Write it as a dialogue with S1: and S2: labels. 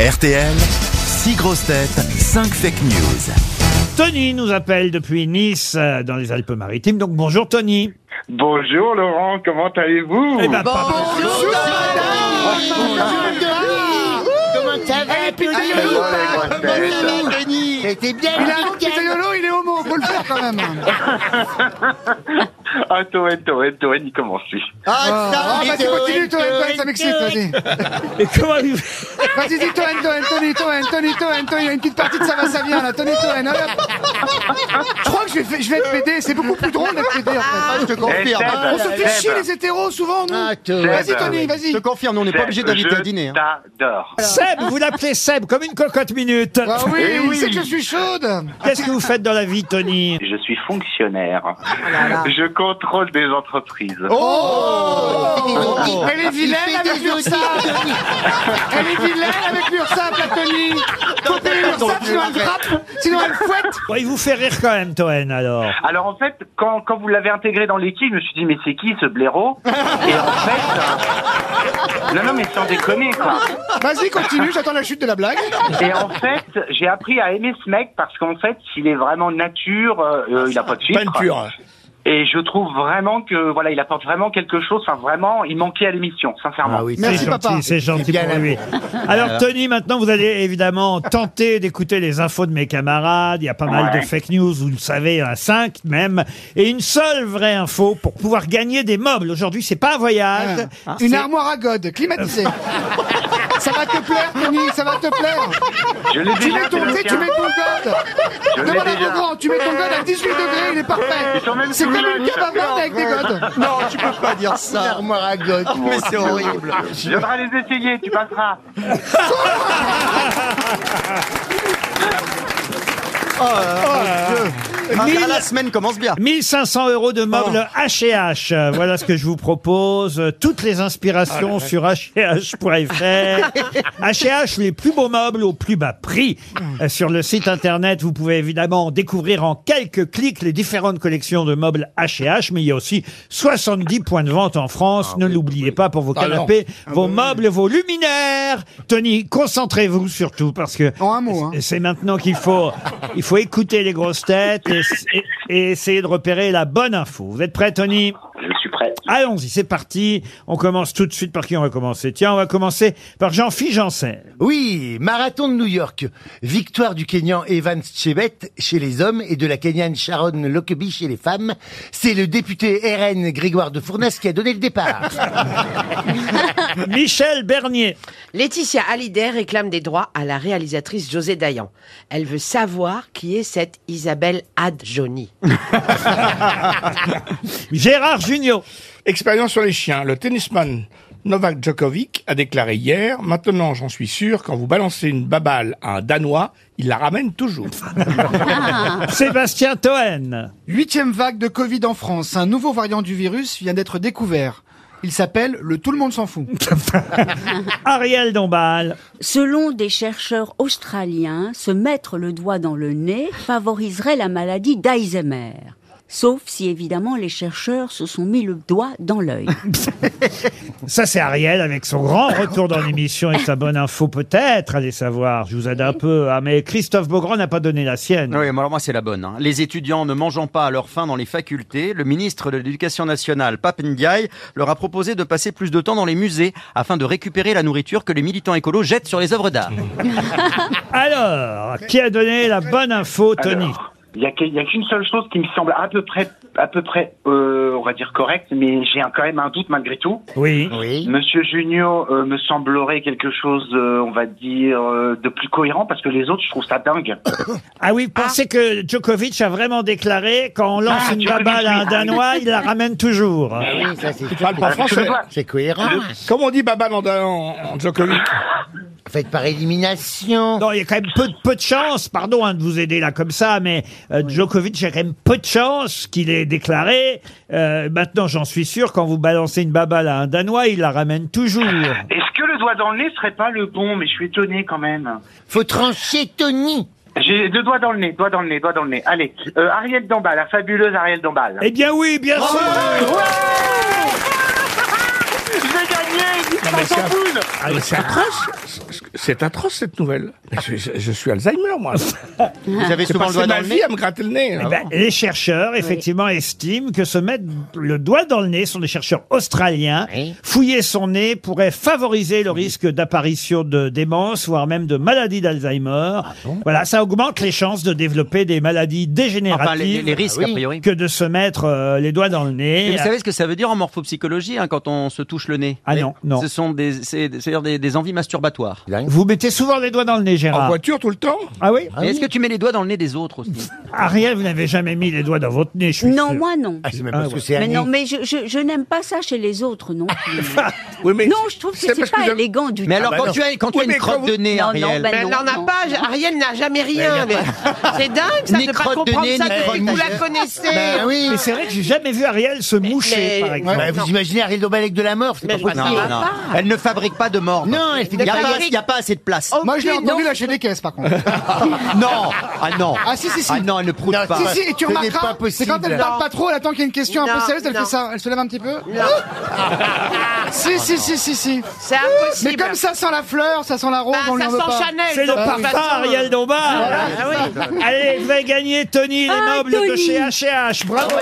S1: RTL, 6 grosses têtes, 5 fake news.
S2: Tony nous appelle depuis Nice, euh, dans les Alpes-Maritimes. Donc bonjour Tony.
S3: Bonjour Laurent, comment allez-vous
S2: Eh ben, pas mal.
S4: Comment ça va C'était bien le week-end.
S5: il est homo, faut le faire quand même.
S3: Ah Toen, Toen, Toen, il commence lui.
S4: Ah, ça,
S5: Ah,
S4: mais
S5: vas-y, continue,
S4: Toen,
S5: Toen, Toen,
S4: Toen,
S5: ça m'excite, vas-y.
S2: Mais comment vous...
S5: Vas-y, dis Toen, Toen, Tony, Toen, Tony, Toen, Toen, il y a une petite partie de ça va, ça vient, là, Tony, Toen, allez, hop. Je crois que je vais, fa- je vais être pédé, c'est beaucoup plus drôle d'être pédé, en
S4: Ah,
S5: fait.
S4: je te confirme.
S3: Seb,
S5: On se fait
S3: Seb,
S5: chier, les hétéros, souvent, nous.
S4: Ah, te-
S5: Vas-y,
S3: Seb,
S5: Tony, vas-y.
S4: Je te confirme, nous, on n'est pas
S3: Seb,
S4: obligé d'inviter
S3: je
S4: à dîner. hein.
S3: T'adore.
S2: Seb, vous l'appelez Seb, comme une cocotte minute.
S5: Ah oui,
S3: Eh oui.
S5: il sait que je suis chaude.
S2: Qu'est-ce que vous faites dans la vie, Tony
S3: Je suis
S4: Ah,
S3: fonctionnaire. Je contrôle des entreprises.
S4: Oh.
S5: Elle est vilaine avec l'URSSAF Elle est vilaine avec l'URSSAF, la Tony Faut payer l'URSSAF, sinon elle frappe, sinon elle fouette
S2: Bon, Il vous fait rire quand même, Toen, alors.
S3: Alors en fait, quand, quand vous l'avez intégré dans l'équipe, je me suis dit mais c'est qui ce blaireau Et en fait, euh, non non mais sans déconner quoi.
S5: Vas-y, continue, j'attends la chute de la blague.
S3: Et en fait, j'ai appris à aimer ce mec parce qu'en fait, il est vraiment nature, euh, euh, il a pas de filtre. Et je trouve vraiment que voilà, il apporte vraiment quelque chose. Enfin vraiment, il manquait à l'émission, sincèrement.
S4: Ah oui,
S5: Merci,
S2: C'est gentil,
S5: papa.
S2: C'est gentil pour lui. Alors, Tony, maintenant, vous allez évidemment tenter d'écouter les infos de mes camarades. Il y a pas mal de
S3: Ouais.
S2: fake news, vous le savez, à 5 même. Et une seule vraie info pour pouvoir gagner des meubles. Aujourd'hui, c'est pas un voyage.
S6: Ah.
S5: Une armoire à gode, climatisée. Ça va te plaire, Tony, ça va te plaire.
S3: Je l'ai
S5: Tu
S3: déjà.
S5: mets ton
S3: c'est le
S5: thé, tu
S3: tien.
S5: mets ton gode.
S3: Je l'ai
S5: Demande à
S3: déjà.
S5: ton grand, tu mets ton gode à 18 degrés, il est parfait.
S3: Ils sont même
S5: C'est
S3: tout
S5: comme une
S3: jeunes.
S5: cave à vin avec des godes.
S4: Non, tu peux pas dire ça. Oh,
S5: armoire à gode.
S4: Mais c'est horrible.
S3: Tu devras les essayer, tu passeras.
S4: Ah,
S2: Mille-
S4: la semaine commence bien.
S2: 1500 euros de meubles H&H. Euh, Voilà ce que je vous propose. Euh, Toutes les inspirations sur H&H.fr. H&H, les plus beaux meubles au plus bas prix. Euh, Sur le site internet, vous pouvez évidemment découvrir en quelques clics les différentes collections de meubles H&H, mais il y a aussi 70 points de vente en France. ne l'oubliez pas pour vos canapés, vos meubles, vos luminaires. Tony, concentrez-vous surtout parce que
S5: En un mot, hein.
S2: et C'est maintenant qu'il faut, il faut écouter les grosses têtes et, et- et essayer de repérer la bonne info. Vous êtes prêts, Tony
S3: Je suis prêt.
S2: Allons-y, c'est parti. On commence tout de suite par qui on va commencer Tiens, on va commencer par Jean-Philippe Janssen.
S7: Oui, marathon de New York. Victoire du Kenyan Evans Chebet chez les hommes et de la Kenyane Sharon Lockerbie chez les femmes. C'est le député RN Grégoire de Fournas qui a donné le départ.
S2: Michel Bernier.
S8: Laetitia Hallyday réclame des droits à la réalisatrice José Dayan. Elle veut savoir qui est cette Isabelle Adjoni.
S2: Gérard Junior.
S6: Expérience sur les chiens. Le tennisman Novak Djokovic a déclaré hier Maintenant, j'en suis sûr, quand vous balancez une baballe à un Danois, il la ramène toujours.
S3: Ah.
S2: Sébastien Toen.
S5: Huitième vague de Covid en France. Un nouveau variant du virus vient d'être découvert. Il s'appelle le tout le monde s'en fout.
S2: Ariel Dombal.
S9: Selon des chercheurs australiens, se mettre le doigt dans le nez favoriserait la maladie d'Alzheimer. Sauf si évidemment les chercheurs se sont mis le doigt dans l'œil.
S2: Ça, c'est Ariel avec son grand retour dans l'émission et sa bonne info, peut-être. Allez savoir. Je vous aide un peu. Ah, mais Christophe Beaugrand n'a pas donné la sienne.
S4: Oui, mais alors moi c'est la bonne. hein. Les étudiants ne mangeant pas à leur faim dans les facultés, le ministre de l'Éducation nationale, Pape Ndiaye, leur a proposé de passer plus de temps dans les musées afin de récupérer la nourriture que les militants écolos jettent sur les œuvres d'art.
S2: Alors, qui a donné la bonne info, Tony
S3: Alors, Il n'y a que- il y a qu'une seule chose qui me semble à peu près, à peu près, euh, on va dire correcte, mais j'ai un- quand même un doute malgré tout.
S2: Oui.
S7: Oui.
S3: Monsieur Junio euh, me semblerait quelque chose, euh, on va dire, euh, de plus cohérent parce que les autres, je trouve ça dingue.
S2: Ah oui, pensez que Djokovic a vraiment déclaré quand on lance
S3: Ah,
S2: une
S3: Djokovic,
S2: baballe à un
S3: oui, ah oui.
S2: Danois, il la ramène toujours.
S7: Oui, ça c'est,
S6: Tu parles pas
S3: Parce que
S6: français.
S3: je vois-
S7: c'est cohérent.
S6: Comment on dit baballe en, en- en Djokovic
S7: Faites par élimination.
S2: Non, il y a quand même peu, de- peu de chance, pardon hein, de vous aider là comme ça, mais euh, Djokovic, il y a quand même peu de chance qu'il ait déclaré. Euh, maintenant, j'en suis sûr, quand vous balancez une baballe à un Danois, il la ramène toujours.
S3: Est-ce que le doigt dans le nez serait pas le bon Mais je suis étonné quand même.
S7: Faut trancher Tony.
S3: J'ai deux doigts dans le nez, doigt dans le nez, doigt dans le nez. Allez, euh, Ariel Dombal, la fabuleuse Ariel Dombal.
S2: Eh bien oui, bien
S4: Ah
S2: sûr
S3: Je vais gagner, il
S6: mais
S3: part en
S6: c'est un-
S3: boule
S6: Ah, mais c'est atroce. Ce- ce- C'est atroce cette nouvelle. Mais Je, je- je suis Alzheimer, moi.
S4: avez
S6: J'ai
S4: souvent
S6: passé
S4: le doigt dans
S6: ma
S4: le
S6: vie
S4: nez
S6: à me gratter le nez.
S2: Eh ben, les chercheurs, effectivement, estiment que se mettre le doigt dans le nez, ce sont des chercheurs australiens,
S8: Oui.
S2: fouiller son nez pourrait favoriser le risque d'apparition de démence, voire même de maladie d'Alzheimer.
S4: Ah
S2: voilà, ça augmente les chances de développer des maladies dégénératives
S4: Enfin, Ah, bah, les, les- les risques,
S7: Ah oui.
S4: a priori.
S2: que de se mettre euh, les doigts dans le
S4: Et
S2: nez.
S4: vous savez ce que ça veut dire en morphopsychologie hein, quand on se touche le nez
S2: Ah non, non.
S4: Ce sont des, c'est- c'est-à-dire des, des envies masturbatoires.
S2: Vous mettez souvent les doigts dans le nez,
S6: En
S2: Gérard.
S6: voiture tout le temps
S2: Ah oui Ah
S4: Et Est-ce que tu mets les doigts dans le nez des autres aussi
S2: Ariel, vous n'avez jamais mis les doigts dans votre nez, je suis
S9: Non,
S2: sûr.
S9: moi non.
S7: Ah, c'est même
S2: Ah,
S7: parce
S2: ouais.
S7: que c'est
S9: Mais
S7: Annie.
S9: non, mais je, je, je n'aime pas ça chez les autres non plus.
S6: Oui, mais
S9: non, je trouve que c'est
S6: parce
S9: pas
S6: je-
S9: élégant du
S4: Mais
S9: tout.
S4: alors
S6: bah
S4: quand
S6: non.
S4: tu as, quand tu
S6: Oui,
S4: as une
S6: mais quand
S4: crotte de
S6: vous-
S4: nez,
S9: Non, non,
S4: Ariel,
S9: ben
S8: Mais elle
S9: non,
S8: n'en a
S9: non.
S8: pas, Ariel n'a jamais rien. mais C'est dingue ça de ne pas
S4: Nécrote de
S8: comprendre
S4: nez,
S8: ça
S4: nécrote
S8: depuis que vous la
S7: majeure.
S8: connaissez.
S7: Ben oui.
S2: Mais c'est vrai que j'ai jamais vu Ariel se moucher,
S8: mais-
S2: par
S7: Ouais,
S2: exemple.
S7: bah,
S8: Non.
S7: vous imaginez Ariel Dombal avec de la mort c'est
S8: Mais
S7: pas
S8: je
S7: possible.
S8: vois ça. va pas.
S4: elle ne fabrique pas de mort.
S7: Non, elle fait
S4: il n'y
S7: des
S4: a, pas-
S7: fabrique-
S4: y a pas assez de place.
S5: Moi, je l'ai
S8: Aucune-
S5: entendu lâcher des caisses, par contre.
S4: Non, ah non.
S5: Ah, si, si, si.
S4: Ah non, elle ne prouve
S7: Non,
S4: pas.
S5: si, si, et tu
S7: Ce n'est
S5: remarqueras,
S7: pas
S5: c'est quand elle
S7: possible.
S5: parle pas trop, elle attend qu'il y ait une question un
S8: Non,
S5: peu sérieuse, elle
S8: non.
S5: fait ça, elle se lève un petit peu.
S8: Non.
S5: Si, si, si, si, si.
S8: C'est impossible.
S5: Mais comme ça sent la fleur, ça sent la rose,
S8: Bah,
S5: on lui
S8: ça
S5: en veut
S8: sent
S5: pas.
S8: Chanel.
S2: C'est le
S8: donc, de toute
S2: parfum,
S8: façon,
S2: Ariel Dombard.
S8: Ah oui.
S2: Allez, vous avez gagné Tony les
S9: Ah,
S2: meubles de
S9: Tony.
S2: chez H&H. Bravo.